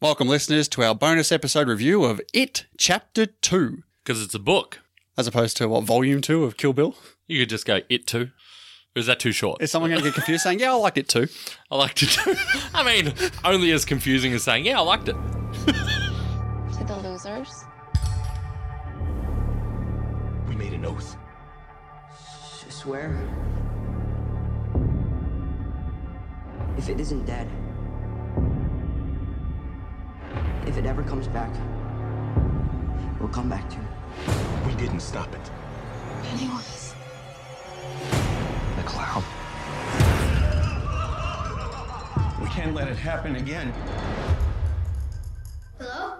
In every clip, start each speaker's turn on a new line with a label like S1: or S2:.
S1: Welcome, listeners, to our bonus episode review of It Chapter 2,
S2: Because it's a book.
S1: as opposed to what, Volume 2 of Kill Bill?
S2: You could just go it too. Or is that too short?
S1: Is someone going to get confused saying, Yeah, I like it too?
S2: I liked it. I mean, only as confusing as saying, yeah, I liked it.
S3: To the losers.
S4: We made an oath.
S5: Swear. If it isn't dead, if it ever comes back, we'll come back to it.
S4: We didn't stop it.
S3: Pennywise.
S4: The cloud. We can't let it happen again.
S6: Hello?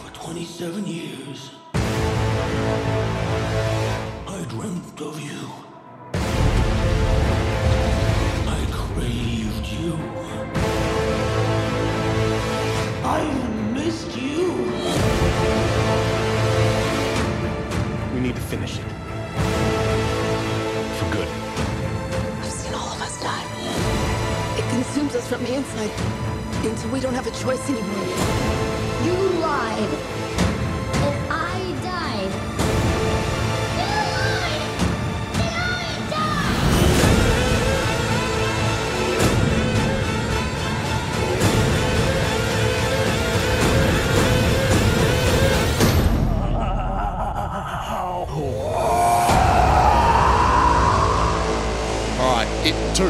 S7: For 27 years, I dreamt of you. I craved you. I missed you.
S4: We need to finish it. For good.
S8: I've seen all of us die. It consumes us from the inside until we don't have a choice anymore.
S6: You lied. And I died. You lied! And I died!
S1: All right, It 2.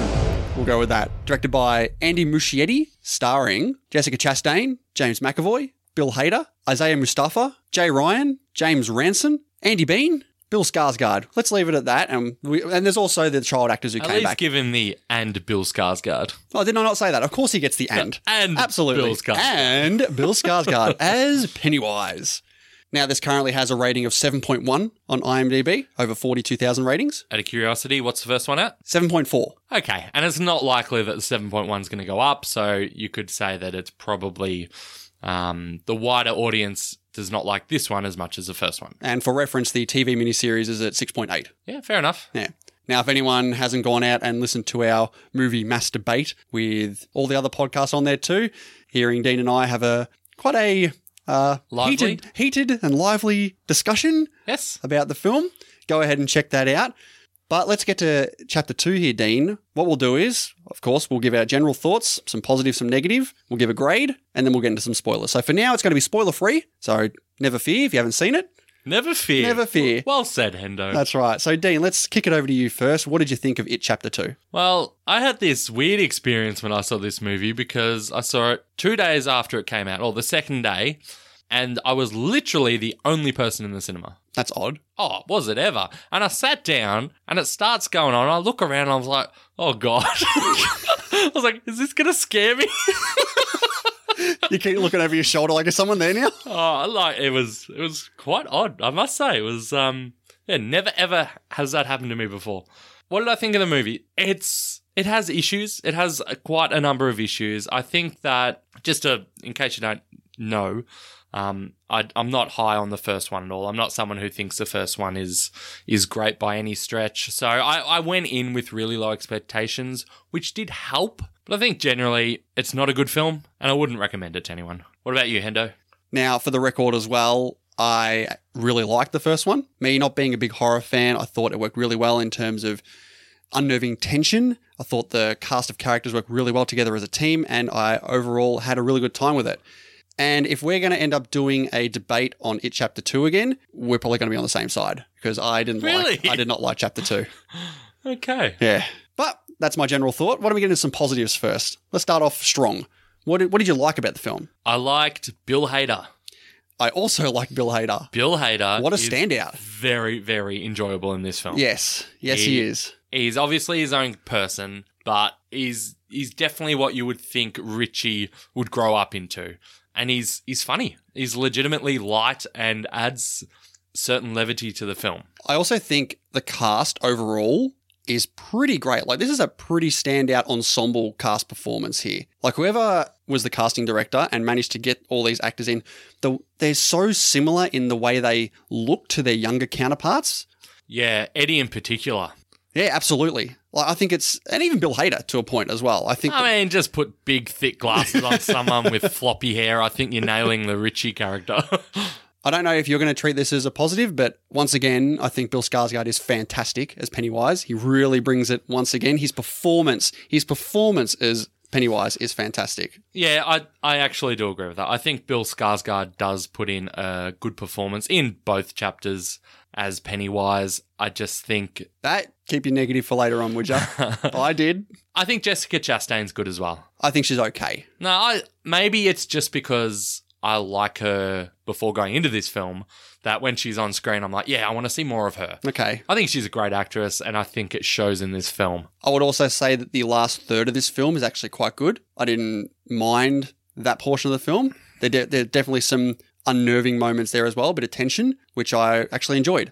S1: We'll go with that. Directed by Andy Muschietti, starring Jessica Chastain, James McAvoy, Bill Hader, Isaiah Mustafa, Jay Ryan, James Ranson, Andy Bean, Bill Skarsgård. Let's leave it at that. And, we, and there's also the child actors who
S2: At
S1: came
S2: least
S1: back.
S2: give him the and Bill Skarsgård.
S1: Oh, did I not say that? Of course he gets the and.
S2: and
S1: Absolutely.
S2: Bill Skarsgård.
S1: And Bill Skarsgård as Pennywise. Now, this currently has a rating of 7.1 on IMDb, over 42,000 ratings.
S2: Out of curiosity, what's the first one at?
S1: 7.4.
S2: Okay, and it's not likely that the 7.1 is going to go up, so you could say that it's probably um, the wider audience does not like this one as much as the first one.
S1: And for reference, the TV miniseries is at 6.8.
S2: Yeah, fair enough.
S1: Yeah. Now, if anyone hasn't gone out and listened to our movie Masturbate with all the other podcasts on there too, hearing Dean and I have a quite a uh,
S2: Lively.
S1: heated, heated and lively discussion
S2: Yes?
S1: about the film. Go ahead and check that out. But let's get to chapter two here, Dean. What we'll do is, of course, we'll give our general thoughts, some positive, some negative. We'll give a grade, and then we'll get into some spoilers. So for now, it's going to be spoiler free. So never fear if you haven't seen it.
S2: Never fear.
S1: Never fear.
S2: Well said, Hendo.
S1: That's right. So Dean, let's kick it over to you first. What did you think of it, chapter two?
S2: Well, I had this weird experience when I saw this movie because I saw it two days after it came out, or the second day, and I was literally the only person in the cinema.
S1: That's odd.
S2: Oh, was it ever? And I sat down and it starts going on. I look around and I was like, oh God. I was like, is this going to scare me?
S1: You keep looking over your shoulder like, is someone there now?
S2: Oh, like it was, it was quite odd. I must say, it was, um, yeah, never ever has that happened to me before. What did I think of the movie? It's, it has issues. It has uh, quite a number of issues. I think that just to, in case you don't know, um, I, I'm not high on the first one at all. I'm not someone who thinks the first one is is great by any stretch. So I, I went in with really low expectations, which did help. But I think generally it's not a good film, and I wouldn't recommend it to anyone. What about you, Hendo?
S1: Now, for the record as well, I really liked the first one. Me not being a big horror fan, I thought it worked really well in terms of unnerving tension. I thought the cast of characters worked really well together as a team, and I overall had a really good time with it. And if we're going to end up doing a debate on it chapter 2 again, we're probably going to be on the same side because I didn't like
S2: Really?
S1: I did not like chapter 2.
S2: Okay.
S1: Yeah. But that's my general thought. Why don't we get into some positives first? Let's start off strong. What did, what did you like about the film?
S2: I liked Bill Hader.
S1: I also like Bill Hader.
S2: Bill Hader.
S1: What a
S2: Uh, is
S1: standout.
S2: Very, very enjoyable in this film.
S1: Yes, yes, he,
S2: He-
S1: is.
S2: He's obviously his own person, but he's he's definitely what you would think Richie would grow up into. And he's he's funny. He's legitimately light and adds certain levity to the film.
S1: I also think the cast overall is pretty great. Like, this is a pretty standout ensemble cast performance here. Like, whoever was the casting director and managed to get all these actors in, the, they're so similar in the way they look to their younger counterparts.
S2: Yeah, Eddie in particular.
S1: Yeah, absolutely. Like, I think it's, and even Bill Hader to a point as well. I think that-
S2: I mean, just put big, thick glasses on someone with floppy hair. I think you're nailing the Richie character.
S1: I don't know if you're going to treat this as a positive, but once again, I think Bill Skarsgård is fantastic as Pennywise. He really brings it once again. His performance, his performance as Pennywise is fantastic.
S2: yeah, I, I actually do agree with that. I think Bill Skarsgård does put in a good performance in both chapters as Pennywise. I just think,
S1: That keep your negative for later on, would you? I did.
S2: I think Jessica Chastain's good as well.
S1: I think she's okay.
S2: No, I maybe it's just because I like her before going into this film that when she's on screen, I'm like, yeah, I want to see more of her.
S1: Okay.
S2: I think she's a great actress, and I think it shows in this film.
S1: I would also say that the last third of this film is actually quite good. I didn't mind that portion of the film. There, de- there are definitely some unnerving moments there as well, a bit of tension, which I actually enjoyed.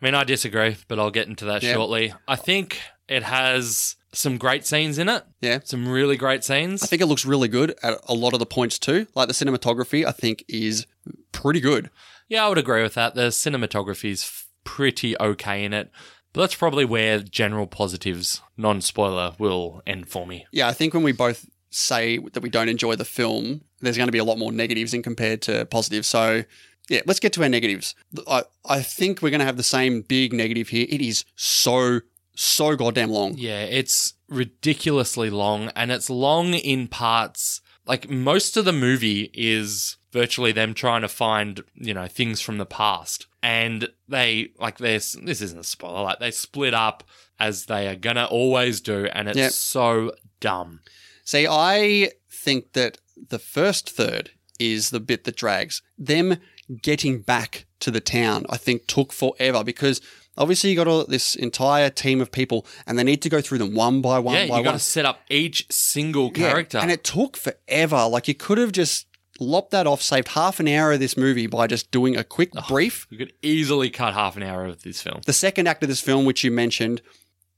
S2: I mean, I disagree, but I'll get into that
S1: Yeah.
S2: shortly. I think it has some great scenes in it.
S1: Yeah.
S2: Some really great scenes.
S1: I think it looks really good at a lot of the points too. Like the cinematography, I think is pretty good.
S2: yeah, I would agree with that. The cinematography is f- pretty okay in it. But that's probably where general positives, non spoiler, will end for me.
S1: Yeah, I think when we both say that we don't enjoy the film, there's going to be a lot more negatives in compared to positives. So, yeah, let's get to our negatives. I, I think we're going to have the same big negative here. It is so, so goddamn long.
S2: Yeah, it's ridiculously long, and it's long in parts. Like most of the movie is virtually them trying to find, you know, things from the past, and they like this. This isn't a spoiler. Like they split up as they are gonna always do, and it's
S1: Yep.
S2: so dumb.
S1: See, I think that the first third is the bit that drags. Them getting back to the town, I think, took forever because obviously you got all this entire team of people and they need to go through them one by one
S2: yeah,
S1: by
S2: you got
S1: one.
S2: to set up each single
S1: Yeah,
S2: character.
S1: and it took forever. Like you could have just lopped that off, saved half an hour of this movie by just doing a quick brief.
S2: you could easily cut half an hour of this film.
S1: The second act of this film, which you mentioned,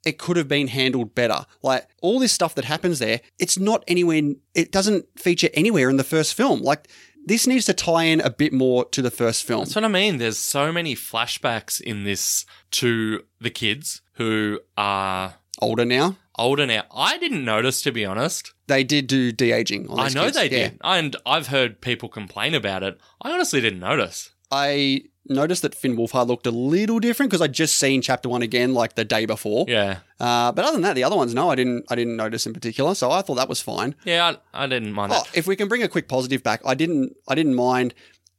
S1: it could have been handled better. Like all this stuff that happens there, it's not anywhere, it doesn't feature anywhere in the first film. Like this needs to tie in a bit more to the first film.
S2: That's what I mean. There's so many flashbacks in this to the kids who are
S1: Older now.
S2: older now. I didn't notice, to be honest.
S1: They did do de aging.
S2: I know they did. And I've heard people complain about it. I honestly didn't notice.
S1: I noticed that Finn Wolfhard looked a little different because I'd just seen chapter one again like the day before.
S2: Yeah.
S1: Uh, but other than that, the other ones, no, I didn't. I didn't notice in particular, so I thought that was fine.
S2: Yeah, I, I didn't mind
S1: Oh,
S2: that.
S1: if we can bring a quick positive back, I didn't. I didn't mind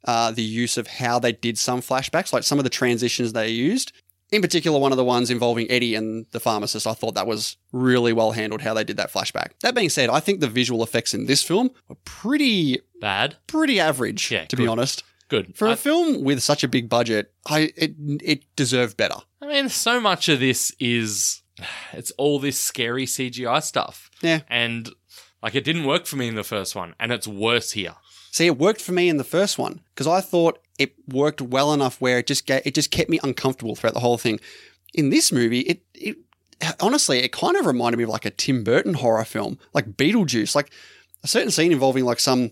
S1: uh, the use of how they did some flashbacks, like some of the transitions they used. In particular, one of the ones involving Eddie and the pharmacist, I thought that was really well handled how they did that flashback. That being said, I think the visual effects in this film were pretty,
S2: Bad.
S1: pretty average,
S2: Yeah,
S1: to be
S2: good.
S1: honest.
S2: Good.
S1: For a
S2: I,
S1: film with such a big budget, I it it deserved better.
S2: I mean, so much of this is. It's all this scary CGI stuff.
S1: Yeah.
S2: And, like, it didn't work for me in the first one. And it's worse here.
S1: See, it worked for me in the first one because I thought it worked well enough where it just ga it just kept me uncomfortable throughout the whole thing. In this movie, it it honestly it kind of reminded me of like a Tim Burton horror film, like Beetlejuice, like a certain scene involving like some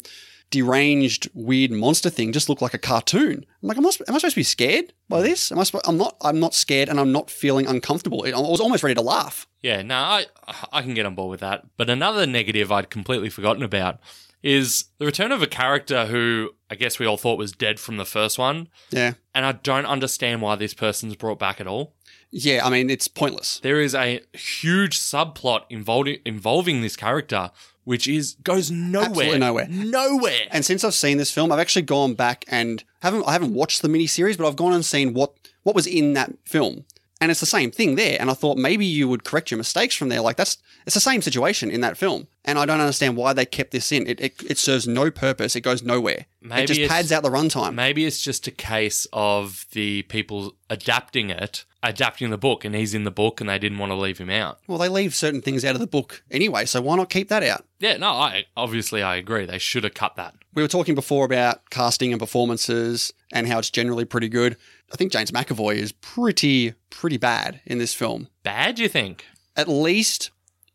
S1: deranged weird monster thing just looked like a cartoon. I'm like, am I, sp- am I supposed to be scared by this? Am I? Sp- I'm not. I'm not scared, and I'm not feeling uncomfortable. It, I was almost ready to laugh.
S2: Yeah, no, I I can get on board with that. But another negative I'd completely forgotten about is the return of a character who I guess we all thought was dead from the first one,
S1: Yeah,
S2: and I don't understand why this person's brought back at all.
S1: yeah. I mean, it's pointless.
S2: There is a huge subplot involving involving this character which is goes nowhere,
S1: Absolutely nowhere.
S2: nowhere.
S1: And since I've seen this film, I've actually gone back and haven't I haven't watched the miniseries, but I've gone and seen what what was in that film. And it's the same thing there. And I thought maybe you would correct your mistakes from there. Like that's it's the same situation in that film. And I don't understand why they kept this in. It it, it serves no purpose. It goes nowhere.
S2: Maybe
S1: it just
S2: it's-
S1: pads out the runtime.
S2: Maybe it's just a case of the people adapting it, adapting the book, and he's in the book, and they didn't want to leave him out.
S1: well, they leave certain things out of the book anyway, so why not keep that out?
S2: Yeah, no, I obviously I agree. They should have cut that.
S1: We were talking before about casting and performances and how it's generally pretty good. I think James McAvoy is pretty pretty bad in this film.
S2: Bad, you think?
S1: At least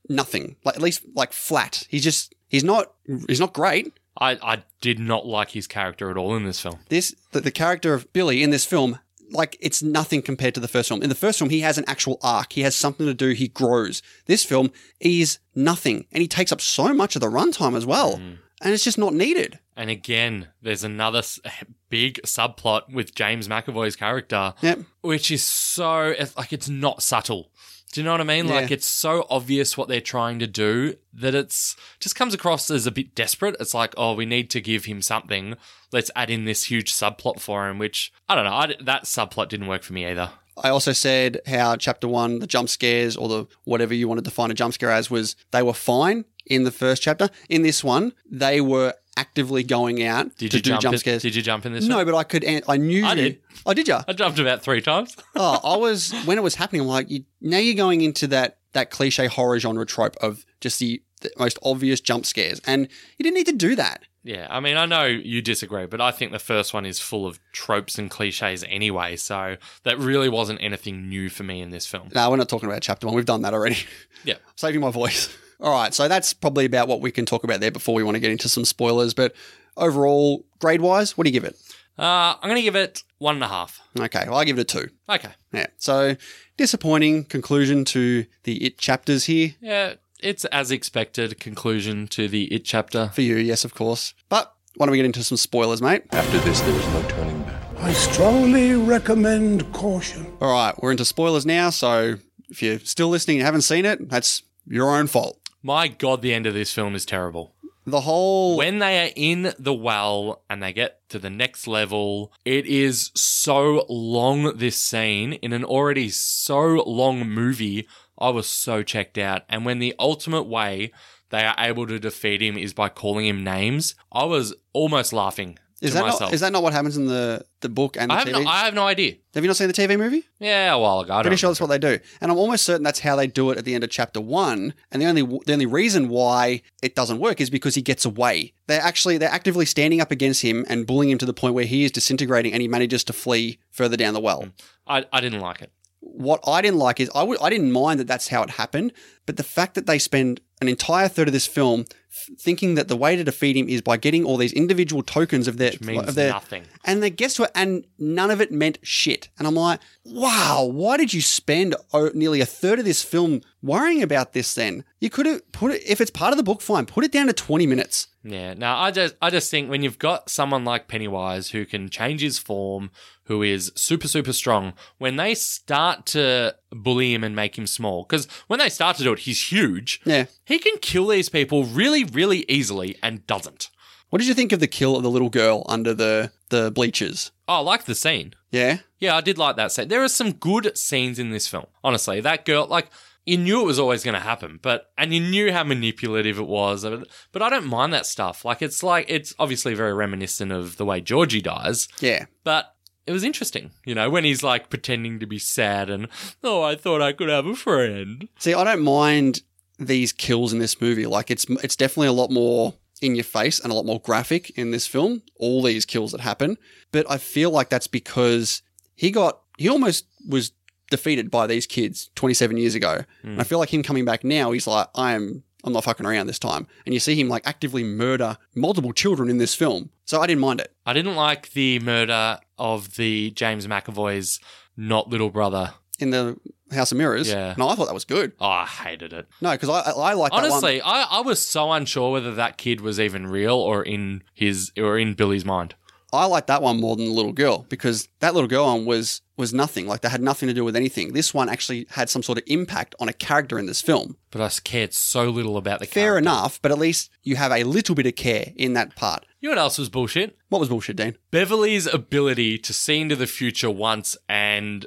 S1: nothing. Like at least like flat. He's just he's not he's not great.
S2: I, I did not like his character at all in this film.
S1: This the, the character of Billy in this film like it's nothing compared to the first film. In the first film, he has an actual arc. He has something to do. He grows. This film is nothing, and he takes up so much of the runtime as well,
S2: Mm.
S1: and it's just not needed.
S2: And again, there's another s- big subplot with James McAvoy's character,
S1: Yep.
S2: which is so it's like it's not subtle. Do you know what I mean? Like
S1: Yeah.
S2: it's so obvious what they're trying to do that it's just comes across as a bit desperate. It's like, oh, we need to give him something. Let's add in this huge subplot for him, which I don't know. I, that subplot didn't work for me either.
S1: I also said how chapter one, the jump scares or the whatever you wanted to define a jump scare as was they were fine in the first chapter. In this one, they were actively going out
S2: Did
S1: to
S2: you
S1: do
S2: jump?
S1: jump
S2: in-
S1: scares.
S2: Did you jump in this?
S1: no,
S2: one?
S1: but I could. an- I knew.
S2: I
S1: you-
S2: did.
S1: Oh, did ya?
S2: I jumped about three times.
S1: oh, I was when it was happening. I'm like, you, now you're going into that that cliche horror genre trope of just the, the most obvious jump scares, and you didn't need to do that.
S2: Yeah, I mean, I know you disagree, but I think the first one is full of tropes and cliches anyway. So that really wasn't anything new for me in this film.
S1: No, we're not talking about chapter one. We've done that already.
S2: Yeah.
S1: saving my voice. All right, so that's probably about what we can talk about there before we want to get into some spoilers. But overall, grade wise, what do you give it?
S2: Uh, I'm going to give it one and a half.
S1: Okay, well, I give it a two.
S2: Okay.
S1: Yeah, so disappointing conclusion to the it chapters here
S2: Yeah, it's as expected conclusion to the It chapter.
S1: for you. Yes, of course. But why don't we get into some spoilers, mate?
S4: After this, there is no turning back.
S7: I strongly recommend caution.
S1: All right, we're into spoilers now. So if you're still listening and haven't seen it, that's your own fault.
S2: My God, the end of this film is terrible.
S1: The whole
S2: When they are in the well and they get to the next level, it is so long, this scene, in an already so long movie. I was so checked out. And when the ultimate way they are able to defeat him is by calling him names, I was almost laughing
S1: is
S2: to
S1: that
S2: myself.
S1: not, is that not what happens in the the book and the
S2: I, have
S1: TV?
S2: no, I have no idea.
S1: Have you not seen the TV movie?
S2: Yeah, a while ago. I don't
S1: Pretty sure that's what they do, and I'm almost certain that's how they do it at the end of chapter one. And the only the only reason why it doesn't work is because he gets away. They're actually they're actively standing up against him and bullying him to the point where he is disintegrating, and he manages to flee further down the
S2: Hmm.
S1: well.
S2: I, I didn't like it.
S1: what I didn't like is I w- I didn't mind that that's how it happened, but the fact that they spend an entire third of this film f- thinking that the way to defeat him is by getting all these individual tokens of their
S2: Which means
S1: of their
S2: nothing.
S1: and they gets to it and none of it meant shit. And I'm like, wow, why did you spend o- nearly a third of this film worrying about this? Then you could have put it if it's part of the book, fine, put it down to 20 minutes.
S2: Yeah, no, I just I just think when you've got someone like Pennywise who can change his form, who is super super strong, when they start to bully him and make him small, because when they start to do it, he's huge.
S1: Yeah.
S2: He can kill these people really really easily and doesn't.
S1: What did you think of the kill of the little girl under the the bleachers?
S2: Oh, I like the scene.
S1: Yeah.
S2: Yeah, I did like that scene. There are some good scenes in this film. Honestly, that girl, like, you knew it was always going to happen, but, and you knew how manipulative it was. But but I don't mind that stuff. Like, it's like, it's obviously very reminiscent of the way Georgie dies,
S1: Yeah.
S2: but it was interesting, you know, when he's like pretending to be sad and, oh, I thought I could have a friend.
S1: See, I don't mind these kills in this movie. Like it's it's definitely a lot more in your face and a lot more graphic in this film. All these kills that happen, but I feel like that's because he got he almost was defeated by these kids 27 years ago. And I
S2: Hmm.
S1: feel like him coming back now, he's like, I am I'm not fucking around this time. And you see him like actively murder multiple children in this film. So I didn't mind it.
S2: I didn't like the murder of the James McAvoy's not little brother.
S1: In the House of Mirrors.
S2: Yeah.
S1: No, I thought that was good.
S2: Oh, I hated it.
S1: No, because I I like that one.
S2: Honestly, I, I was so unsure whether that kid was even real or in his or in Billy's mind.
S1: I like that one more than the little girl because that little girl one was was nothing. Like they had nothing to do with anything. This one actually had some sort of impact on a character in this film.
S2: But I cared so little about the
S1: Fair
S2: character.
S1: enough, but at least you have a little bit of care in that part.
S2: You know what else was bullshit?
S1: What was bullshit, Dean?
S2: Beverly's ability to see into the future once and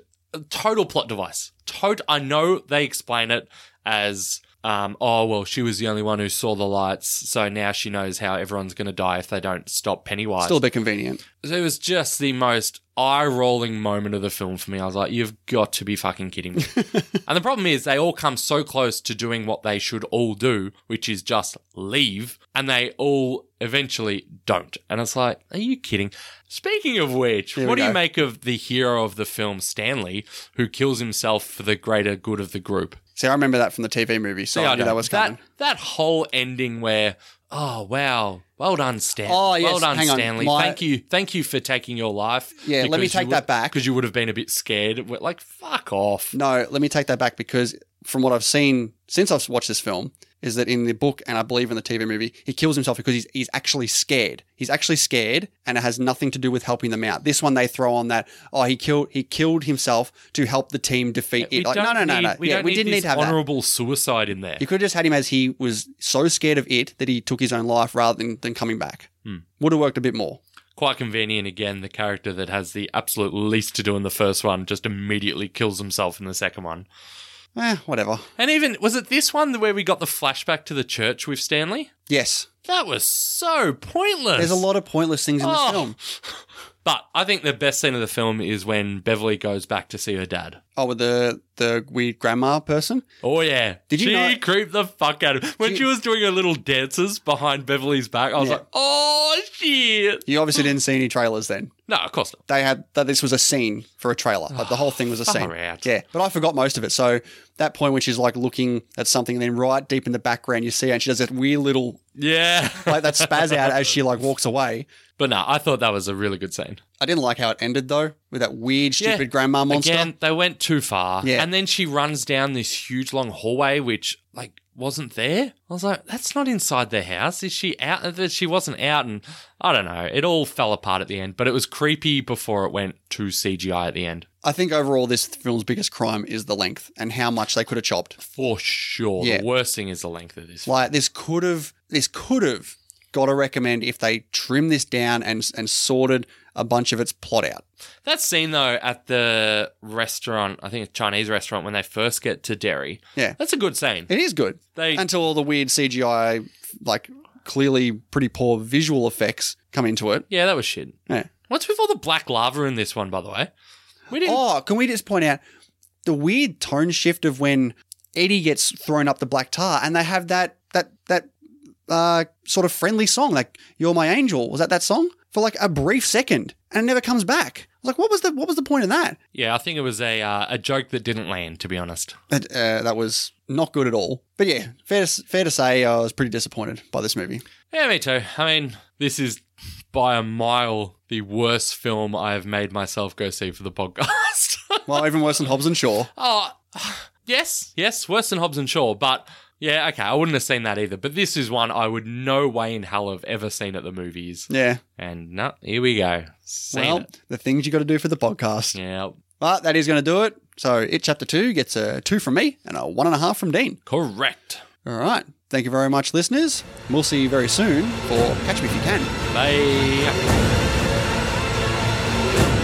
S2: total plot device. Tot- I know they explain it as um, oh, well, she was the only one who saw the lights, so now she knows how everyone's going to die if they don't stop Pennywise.
S1: Still a bit convenient.
S2: it was just the most eye rolling moment of the film for me. I was like, you've got to be fucking kidding me. and the problem is, they all come so close to doing what they should all do, which is just leave, and they all eventually don't. And it's like, are you kidding? Speaking of which,
S1: Here we
S2: what do you
S1: go.
S2: make of the hero of the film, Stanley, who kills himself for the greater good of the group?
S1: See, I remember that from the TV movie, so
S2: Yeah,
S1: I knew
S2: know.
S1: that was coming.
S2: That, that whole ending where, oh wow, well done, Stan.
S1: Oh, yes,
S2: well done,
S1: hang on.
S2: Stanley.
S1: My-
S2: thank you, thank you for taking your life.
S1: Yeah, let me take that back.
S2: because you would have been a bit scared. We're Like, fuck off.
S1: No, let me take that back because from what I've seen since I've watched this film is that in the book and I believe in the TV movie, he kills himself because he's, he's actually scared. He's actually scared, and it has nothing to do with helping them out. This one they throw on that oh he killed he killed himself to help the team defeat
S2: We
S1: it. Like no
S2: don't
S1: no no
S2: need-
S1: no
S2: We,
S1: yeah
S2: don't
S1: we
S2: need
S1: didn't need
S2: this
S1: to have that.
S2: honorable suicide in there.
S1: You could have just had him as he was so scared of it that he took his own life rather than, than coming back. Would have worked a bit more.
S2: Quite convenient again. The character that has the absolute least to do in the first one just immediately kills himself in the second one.
S1: Eh, whatever.
S2: And even was it this one where we got the flashback to the church with Stanley?
S1: Yes.
S2: That was so pointless.
S1: There's a lot of pointless things in this
S2: Oh.
S1: film.
S2: But I think the best scene of the film is when Beverly goes back to see her dad.
S1: Oh, with the the weird grandma person.
S2: Oh yeah,
S1: Did you
S2: She
S1: know-
S2: creeped the fuck out of him when she, was doing her little dances behind Beverly's back. I was
S1: Yeah.
S2: like, oh shit.
S1: You obviously didn't see any trailers then.
S2: No, of course not.
S1: They had that this was a scene for a trailer. Like the whole thing was a scene.
S2: far out.
S1: Yeah, but I forgot most of it. So that point when she's like looking at something, and then right deep in the background you see, her and she does that weird little
S2: Yeah,
S1: like that spaz out as she like walks away.
S2: but no, I thought that was a really good scene.
S1: I didn't like how it ended though, with that weird stupid grandma monster.
S2: Again, they went too far.
S1: Yeah.
S2: and then she runs down this huge long hallway, which like wasn't there. I was like, that's not inside their house. Is she out? That She wasn't out, and I don't know. It all fell apart at the end, but it was creepy before it went to CGI at the end.
S1: I think overall this film's biggest crime is the length and how much they could have chopped.
S2: For sure.
S1: Yeah.
S2: The worst thing is the length of this.
S1: Like this could have this could have got to recommend if they trim this down and and sorted a bunch of its plot out.
S2: that scene, though, at the restaurant, I think it's Chinese restaurant, when they first get to Derry.
S1: Yeah.
S2: That's a good scene.
S1: It is good.
S2: They-
S1: until all the weird CGI, like clearly pretty poor visual effects, come into it.
S2: yeah, that was shit.
S1: Yeah.
S2: What's with all the black lava in this one, by the way? We didn't.
S1: Oh, can we just point out the weird tone shift of when Eddie gets thrown up the black tar, and they have that that that uh, sort of friendly song, like "You're My Angel." Was that that song for like a brief second, and it never comes back? I was like, what was the what was the point of that?
S2: Yeah, I think it was a uh, a joke that didn't land, to be honest.
S1: That uh, that was not good at all. But yeah, fair to, fair to say, I was pretty disappointed by this movie.
S2: Yeah, me too. I mean, this is by a mile the worst film I have made myself go see for the podcast.
S1: Well, even worse than Hobbs and Shaw.
S2: Oh, yes, yes, worse than Hobbs and Shaw, but yeah, okay, I wouldn't have seen that either. But this is one I would no way in hell have ever seen at the movies.
S1: Yeah.
S2: And no, here we go. Seen
S1: well,
S2: it.
S1: the things you got to do for the podcast.
S2: Yeah,
S1: But that is going to do it. So it chapter two gets a two from me and a one and a half from Dean.
S2: correct.
S1: All right. Thank you very much, listeners. We'll see you very soon for Catch Me If You Can.
S2: Bye.